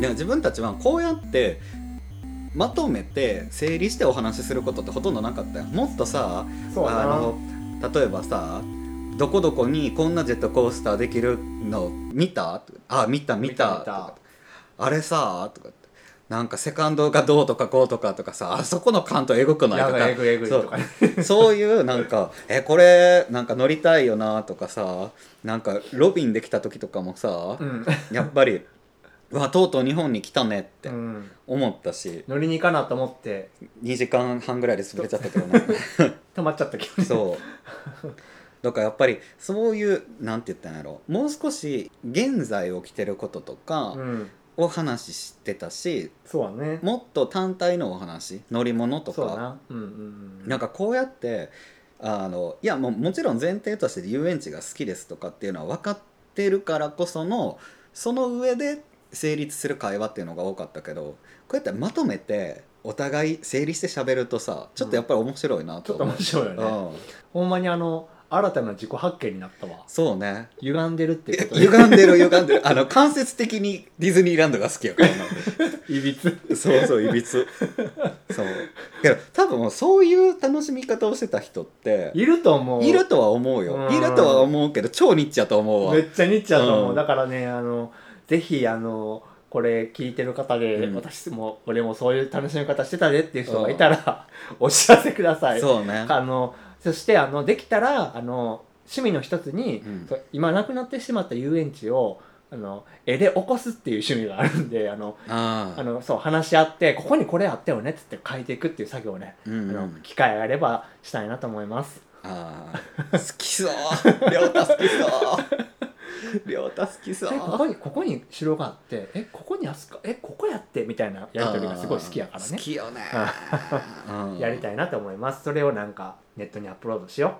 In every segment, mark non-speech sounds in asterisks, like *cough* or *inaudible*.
でも自分たちはこうやってまとめて整理してお話しすることってほとんどなかったよもっとさそうやあなの例えばさどこどこにこんなジェットコースターできるの見たあ見た見た見た見たとかあれさとかってなんかセカンドがどうとかこうとかとかさあそこの関東えぐくないやとばいえぐいえぐいそうとかねそういうなんか「えこれなんか乗りたいよな」とかさなんかロビンできた時とかもさ、うんやっぱり「うわとうとう日本に来たね」ってうん思ったし、乗りに行かなと思って2時間半ぐらいで潰れちゃったけ *laughs* どね止まっちゃったけどねそうだからやっぱりそういうなんて言ったんやろもう少し現在起きてることとかうんを話してたし、そうやねもっと単体のお話乗り物とそうやかなうんうんうんなんかこうやってあのいやもうもちろん前提として遊園地が好きですとかっていうのは分かってるからこそのその上で成立する会話っていうのが多かったけどこうやってまとめてお互い整理して喋るとさちょっとやっぱり面白いなちとょっと思う面、白いよね、うん、ほんまにあの新たな自己発見になったわそう *laughs* ね歪んでるっていうことで歪んでる歪んでるあの間接的にディズニーランドが好きやから *laughs* ないびつそうそういびつそうけど多分そういう楽しみ方をしてた人っていると思ういるとは思うよ。うんいるとは思うけど、超ニッチやと思うわめ。っちゃニッチやと思う、うんだからねあのぜひあのこれ聞いてる方で、うん私も俺もそういう楽しみ方してたでっていう人がいたら、お知らせくださいそうね。あのそしてあのできたらあの趣味の一つに、うんそう今なくなってしまった遊園地をあの絵で起こすっていう趣味があるんであのあああ。のそう話し合ってここにこれあったよねっつって書いていくっていう作業をね、うんうあのん。機会があればしたいなと思いますああ。好きそう。りょうた好きそう。りょうた好きそえここう。にここに城があってえここにあすかえここやってみたいなやり取りがすごい好きやからああね好きよね。うんやりたいなと思いますそれをなんかネットにアップロードしよ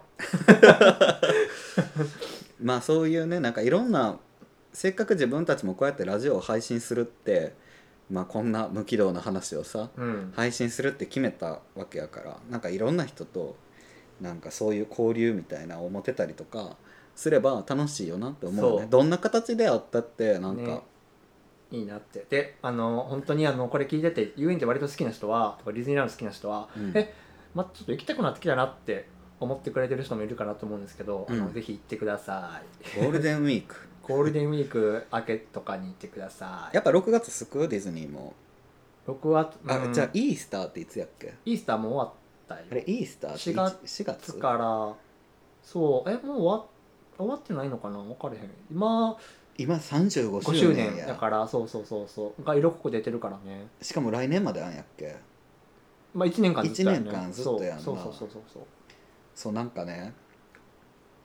まあそういうね、なんかいろんな、せっかく自分たちもこうやってラジオを配信するって、まあこんな無軌道な話をさ、う、うん、配信するって決めたわけやからなんかいろんな人となんかそういう交流みたいなのを持てたりとかすれば楽しいよなって思うよそねうどんな形であったってなんか、ねいいなってであの本当にあのこれ聞いてて遊園地割と好きな人はとかディズニーランド好きな人は、うんえまちょっと行きたくなってきたなって思ってくれてる人もいるかなと思うんですけど、あうのんぜひ行ってくださいゴールデンウィークゴールデンウィーク明けとかに行ってくださいやっぱ6月すくディズニーも僕は、あ、うんじゃあイースターっていつやっけイースターも終わったあよれイースターって4月4月つからそうえもう終わ終わってないのかな分かれへん今今35 5周周年年やだからそうそうそうそうが色濃く出てるからねしかも来年まであんやっけまあ1年間ずっとやんね一年間ずっとやんなそうそうそうそうそうそうなんかね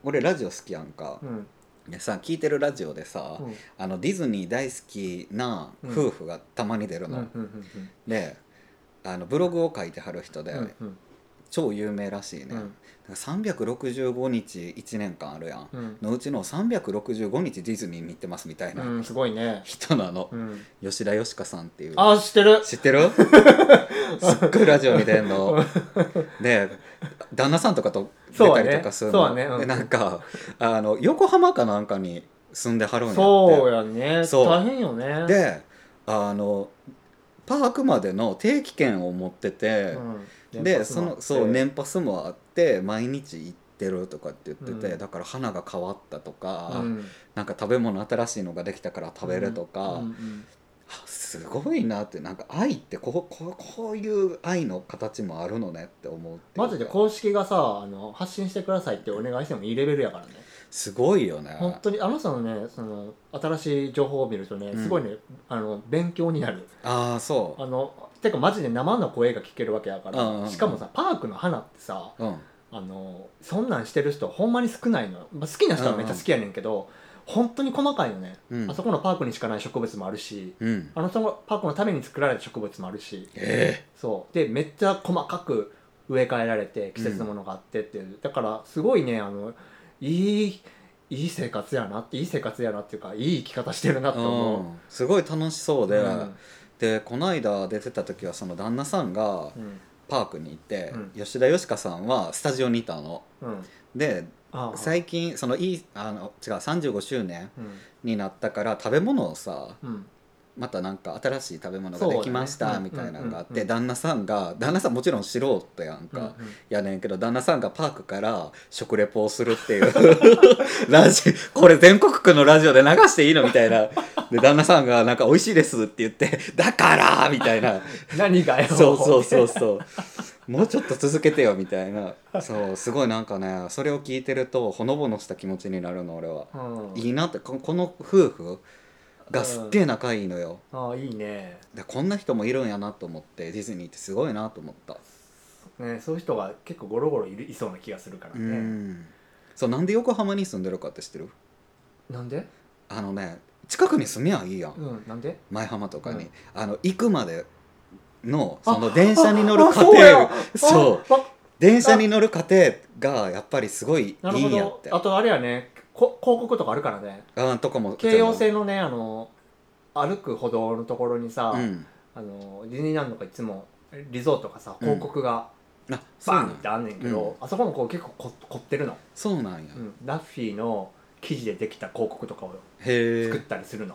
俺ラジオ好きやんか、うんでさ聞いてるラジオでさ、うんあのディズニー大好きな夫婦がたまに出るうんの、うんうんであのブログを書いてはる人で、うんうん超有名らしいね、うなんんか365日1年間あるやんうんのうちの365日ディズニーに行ってますみたいなうんすごいね人なの、うん吉田よしかさんっていうあ知ってる知って *laughs* るすっごいラジオに出んので旦那さんとかと出たりとかするそうの、はねそうはねうんでなんかあの横浜かなんかに住んではるんやって *laughs* そうやねそう大変よねであのパークまでの定期券を持ってて、うんでそのそうね年パスもあって毎日行ってるとかって言ってて、うんだから花が変わったとか、うんなんか食べ物新しいのができたから食べるとか、うんうんあすごいなってなんか愛ってこうこうこういう愛の形もあるのねって思うっていうマジで公式がさあの発信してくださいってお願いしてもいいレベルやからねすごいよね本当にあの人のねその新しい情報を見るとねうんすごいね、あの勉強になるああそあのてかマジで生の声が聞けるわけやから、うんうんうんしかもさパークの花ってさう、うん、あのそんなんしてる人ほんまに少ないのよ、まあ、好きな人はめっちゃ好きやねんけど、本当に細かいよね、うんあそこのパークにしかない植物もあるしうんあの人のパークのために作られた植物もあるしえそうでめっちゃ細かく植え替えられて季節のものがあってっていう、だからすごいねあのいいいい生活やなっていい生活やなっていうかいい生き方してるなえって思う、うんすごい楽しそうで、うんでこの間出てた時はその旦那さんがうんパークにいて、うん吉田よしかさんはスタジオにいたのうんでああ最近そのいいあの違う35周年うんになったから食べ物をさうんまたなんか新しい食べ物ができましそうただねみたいなのがあっうんうんてうん旦那さんが旦那さんもちろん素人やんうんうかんやねんけど旦那さんがパークから食レポをするっていう *laughs* ラジこれ全国区のラジオで流していいのみたいなで旦那さんが「なんか美味しいです」って言って「だから!」みたいな何がよそうそうそうそうもうちょっと続けてよみたいなそうすごいなんかねそれを聞いてるとほのぼのした気持ちになるの俺は。うんいいなってここの夫婦がすっげえ仲いいのよ、ああいいねでこんな人もいるんやなと思ってディズニーってすごいなと思った、ねそういう人が結構ゴロゴロいるいそうな気がするからうねんそうなんで横浜に住んでるかって知ってるなんであのね近くに住みゃいいやん、うんなんで前浜とかに、うんあの行くまでのあその電車に乗るあ過程そうやそうああ電車に乗る過程がやっぱりすごいいないんるやほってどあとあれやねこ広告とかあるからねあとかも京葉線のねあの歩く歩道のところにさ、うんあのディズニーランドがいつもリゾートがさ広告があそうなバンっんてあんねんけど、うんあそこもこう結構こ凝ってるの、そうなんや、うんラッフィーの生地でできた広告とかをへ作っえたりするの、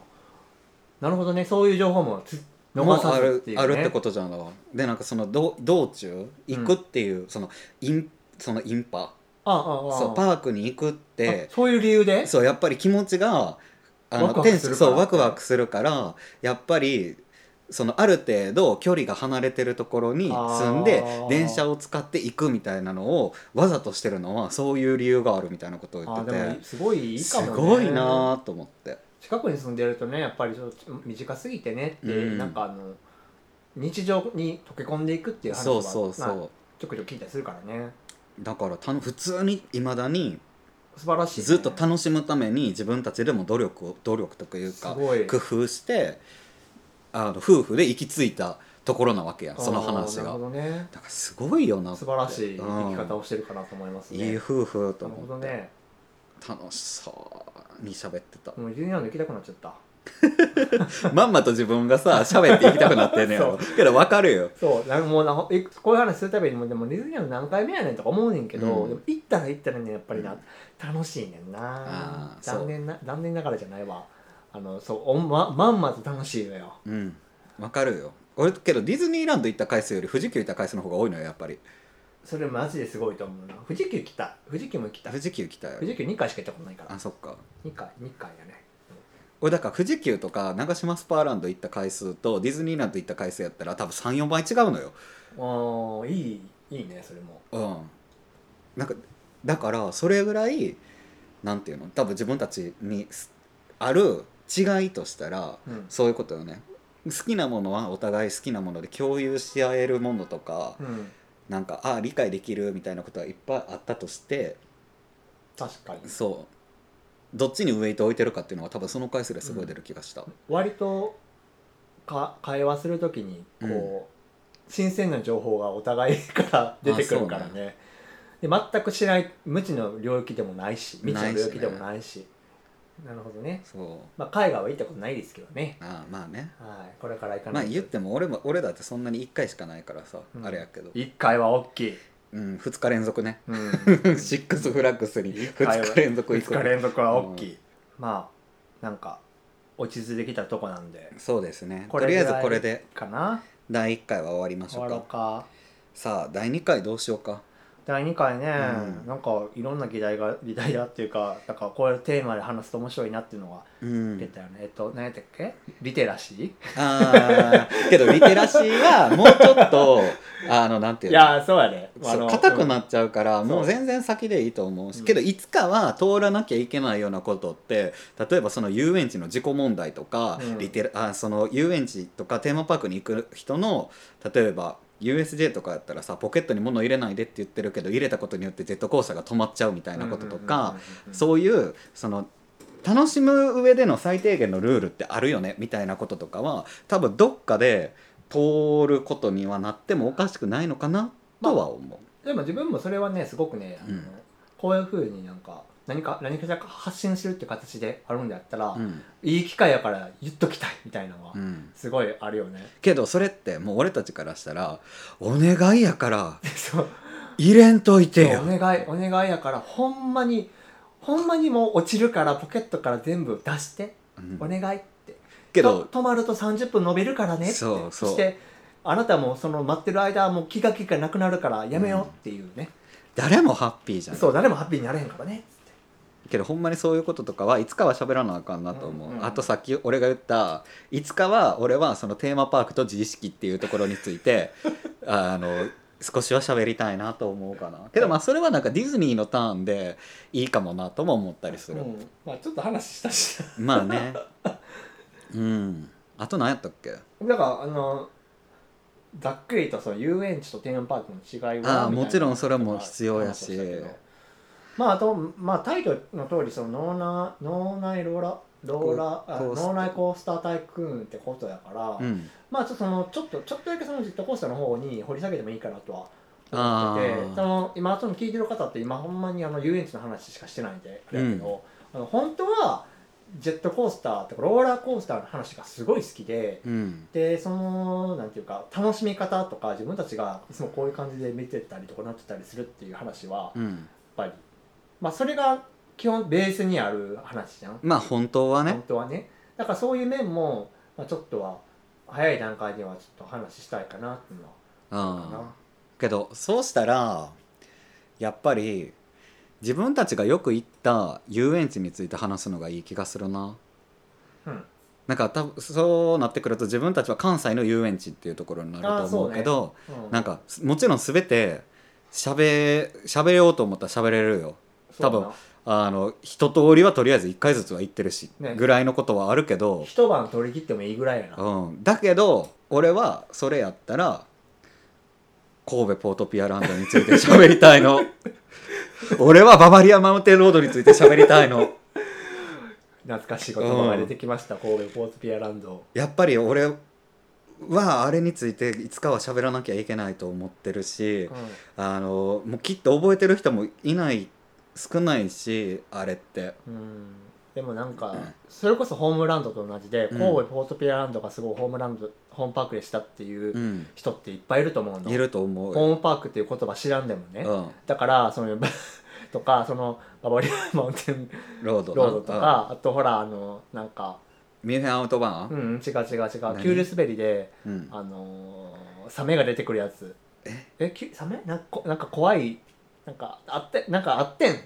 なるほどねそういう情報もつも逃さあずっるていう、ね、あるってことじゃんでなんかその道道中行くっていう、そのインそのインパああああそうパークに行くってあそういう理由でそうやっぱり気持ちがあのワクワクテンするからそうワクワクするからやっぱりそのある程度距離が離れてるところに住んであー電車を使って行くみたいなのをわざとしてるのはそういう理由があるみたいなことを言あってでもてすごいいいかもすねごいなと思って近くに住んでるとねやっぱりそう短すぎてねって、うんなんかあの日常に溶け込んでいくっていう話そはうそうそまあうちょくちょく聞いたりするからねだからたの普通にいまだに素晴らしいね、ずっと楽しむために自分たちでも努力を努力というすかごい工夫してあの夫婦で行き着いたところなわけやんその話あーなるがほどねだからすごいよなって素晴らしい生き方を、をしてるかなと思いますうんねいい夫婦となる思ほどって、ね楽しそうに喋ってたもうディズニーランド行きたくなっちゃったまんまと自分がさ喋っていきたくなってんねや *laughs* ろけど分かるよそうなんもうなほえこういう話するたびにもうでもディズニーランド何回目やねんとか思うねんけど、うんでも行ったら行ったらねやっぱりな、うん楽しいねんなあーそう残念な残念ながらじゃないわあのそうおんままんまと楽しいのようん分かるよ俺けどディズニーランド行った回数より富士急行った回数の方が多いのよやっぱりそれマジですごいと思うな富士急来た富士急も来た富士急来たよ富士急2回しか行ったことないからあそっか2回2回やね俺だから富士急とか長島スパーランド行った回数とディズニーランド行った回数やったら多分34倍違うのよああいいいいねそれもうんなんかだからそれぐらいなんていうの多分自分たちにすある違いとしたらうんそういうことよね好きなものはお互い好きなもので共有し合えるものとかうんなんかあ理解できるみたいなことはいっぱいあったとして確かにそうどっちにウエイト置いてるかっていうのは多分その回数ですごい出る気がした、割とか会話するときにこう、新鮮な情報がお互いから出てくるからあそうねで全く知らない無知の領域でもないし未知の領域でもないしなるほどね、そうまあ、海外は行ったことないですけどね、ああまあねはい、これから行かまなあいと言っても俺も俺だってそんなに1回しかないからさ、うんあれやけど、一回は大きい、うん、2日連続ね *laughs* うん、シックスフラッグスに一回は2日連続行2く日連続は大きい、まあなんか落ち着いてきたとこなんでそうですねことれぐりらあえいずこれでかな第1回は終わりまし終ょわうろかうかさあ第2回どうしようか第2回ね、うんなんかいろんな議題が議題だっていうかなんかこういうテーマで話すと面白いなっていうのがう出んたよね、えっと何やったっけリテラシーあーけどリテラシーはもうちょっとあのなんていいうのやーそうやねあそうの硬くなっちゃうから、うんもう全然先でいいと思うし、うんけどいつかは通らなきゃいけないようなことって例えばその遊園地の自己問題とか、うんリテラあその遊園地とかテーマパークに行く人の例えば USJ とかやったらさポケットに物入れないでって言ってるけど入れたことによってジェットコースターが止まっちゃうみたいなこととか、うんそういうその楽しむ上での最低限のルールってあるよねみたいなこととかは多分どっかで通ることにはなってもおかしくないのかなとは思う。でも自分もそれはねすごくね、あのうんこういうふうになんか何か何かしら発信するって形であるんであったら、うんいい機会やから言っときたいみたいなのは、うん、すごいあるよねけどそれってもう俺たちからしたら「お願いやからそう入れんといてよお」願いお願いやからほんまにほんまにもう落ちるからポケットから全部出してうんお願いってけどと止まると30分延びるからねってそうそうしてあなたもその待ってる間はもう気が気がなくなるからやめようっていうね、誰もハッピーじゃんそう誰もハッピーになれへんからねけどほんまにそういうこととかはいつかは喋らなあかんなと思う、うんうんあとさっき俺が言ったいつかは俺はそのテーマパークと自意識っていうところについて *laughs* あの少しは喋りたいなと思うかなけどまあそれはなんかディズニーのターンでいいかもなとも思ったりする、うんまあ、ちょっと話したし *laughs* まあねうんあと何やったっけだからあのざっくりとその遊園地とテーマパークの違いはみたいなああもちろんそれも必要やし話をたけどまああと、まあ、タイトルの通りその脳内脳内ローラローラあコースター脳内コースタータイクーンってことだから、うんまあちょっとそのちょっとちょっとだけそのジェットコースターの方に掘り下げてもいいかなとは思っててあーその今その聞いてる方って今ほんまにあの遊園地の話しかしてないんであれやけど、あの本当はジェットコースターとかローラーコースターの話がすごい好きで。うんでそのなんていうか楽しみ方とか自分たちがいつもこういう感じで見てたりとかなってたりするっていう話はやっうんぱり、まあ、それが基本ベースにある話じゃん、まあ本当はね本当はねだからそういう面も、まあ、ちょっとは早い段階ではちょっと話したいかなっていうのはうあるかんな、けどそうしたらやっぱり自分たちがよく行った遊園地について話すのがいい気がするなうんなんか多分そうなってくると自分たちは関西の遊園地っていうところになると思うけどうんなんかもちろん全て喋喋ようと思ったら喋れるよそうだな多あの一通りはとりあえず1回ずつは行ってるし、ねぐらいのことはあるけど、一晩取り切ってもいいぐらいやな、うん、だけど俺はそれやったら神戸ポートピアランドについて喋りたい *laughs* の俺はババリアマウンテンロードについて喋りたいの懐かしい言葉が出てきました、神戸ポーツピアランドやっぱり俺はあれについていつかは喋らなきゃいけないと思ってるしあのもうきっと覚えてる人もいない少ないしあれってうんでもなんか、うんそれこそホームランドと同じで、うん神戸ポートピアランドがすごいホームランドホームパークでしたっていううん人っていっぱいいると思うの、いると思うよホームパークっていう言葉知らんでもね、うんだからその *laughs* とかそのババリアマウンテンロードロードとかあとほらあのなんかうんミュンヘンアウトバうーン、ん違う違う違う急何流滑りでうんあのーサメが出てくるやつえきサメなんかこなんか怖いなんかあってなんかあってん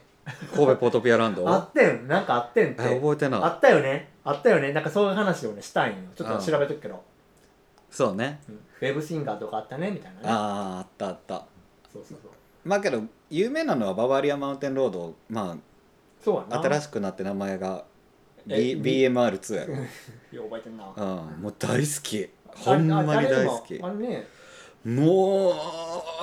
神戸ポートピアランドあってんなんかあってんっえて覚えてあないったよねあったよねなんかそういう話をねしたいんよちょっうんと調べとくけど、そうねうんウェブシンガーとかあったねみたいなねあああったあったそうそうそうまあけど有名なのはババリアマウンテンロードまそうやあな新しくなって名前が、B、え BMR2 *laughs* やろ、いや覚えてんなうん、もう大好きほんまに大好きあれあれでもあれねも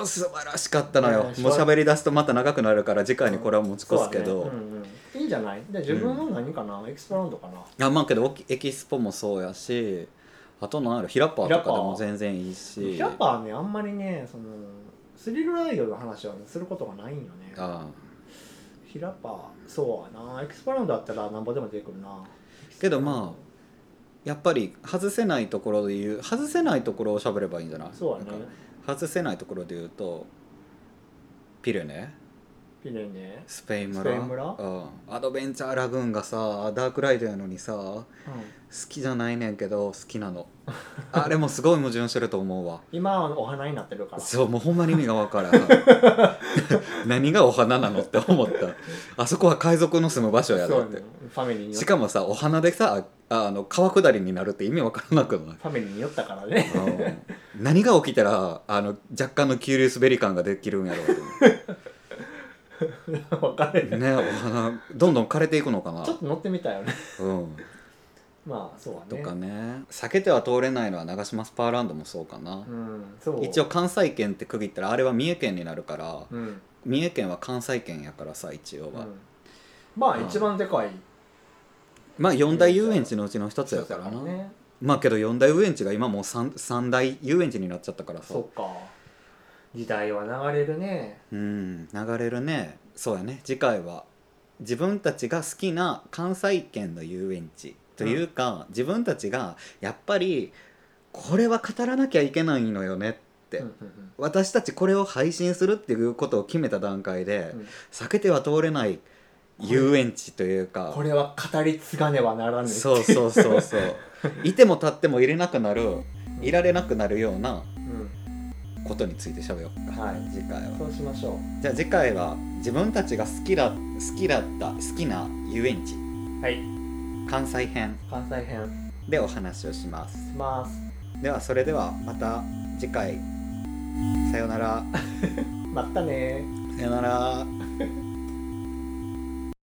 う素晴らしかったのよ、うんもう喋り出すとまた長くなるから次回にこれは持ち越すけど、そうだねうんうんいいんじゃないで自分の何かな、エクスプランドかなあまあけどエキスポもそうやしあと何やろヒラッパーとかでも全然いいしキャッパーねあんまりねそのスリルライドの話はね、することがないんよねああヒラッパーそうやなエクスパランドだったらなんぼでも出てくるなけどまやっぱり外せないところで言う外せないところを喋ればいいんじゃないそうやねなんか外せないところで言うとピレネピレネスペイン村スペイン村うん、アドベンチャーラグーンがさダークライドやのにさ好きじゃないねんけど好きな *laughs* のあれもすごい矛盾してると思うわ今はお花になってるからそうもうほんまに意味がわ *laughs* からん何がお花なのって思ったあそこは海賊の住む場所やそろうって、ねファミリーによしかもさお花でさああの川下りになるって意味わからなくないファミリーによったからね *laughs* うん何が起きたらあの若干の急流滑り感ができるんやろうと思う分かれるねお花どんどん枯れていくのかなちょっと乗ってみたよねうんまあそうやねとかね避けては通れないのは長島スパーランドもそうかなう、んそう一応関西圏って区切ったらあれは三重県になるからうん、うん三重県は関西圏やからさ一応は、まあうん一番でかいまあ四大遊園地のうちの一つややからな、ねまあけど四大遊園地が今もう 3, 三大遊園地になっちゃったからさそっか時代は流れるねうん流れるねそうやね次回は自分たちが好きな関西圏の遊園地というか、自分たちがやっぱりこれは語らなきゃいけないのよねって、うんうん私たちこれを配信するっていうことを決めた段階で、うん避けては通れない遊園地というかこれは語り継がねばならぬそうそうそうそう *laughs* いても立ってもいれなくなるいられなくなるようなうんことについて喋ろうか、はい次回はそうしましょじゃあ次回は自分たちが好きだ好きだった好きな遊園地うはい関西編関西編でお話をしますしますではそれではまた次回さよならまたねーさよなら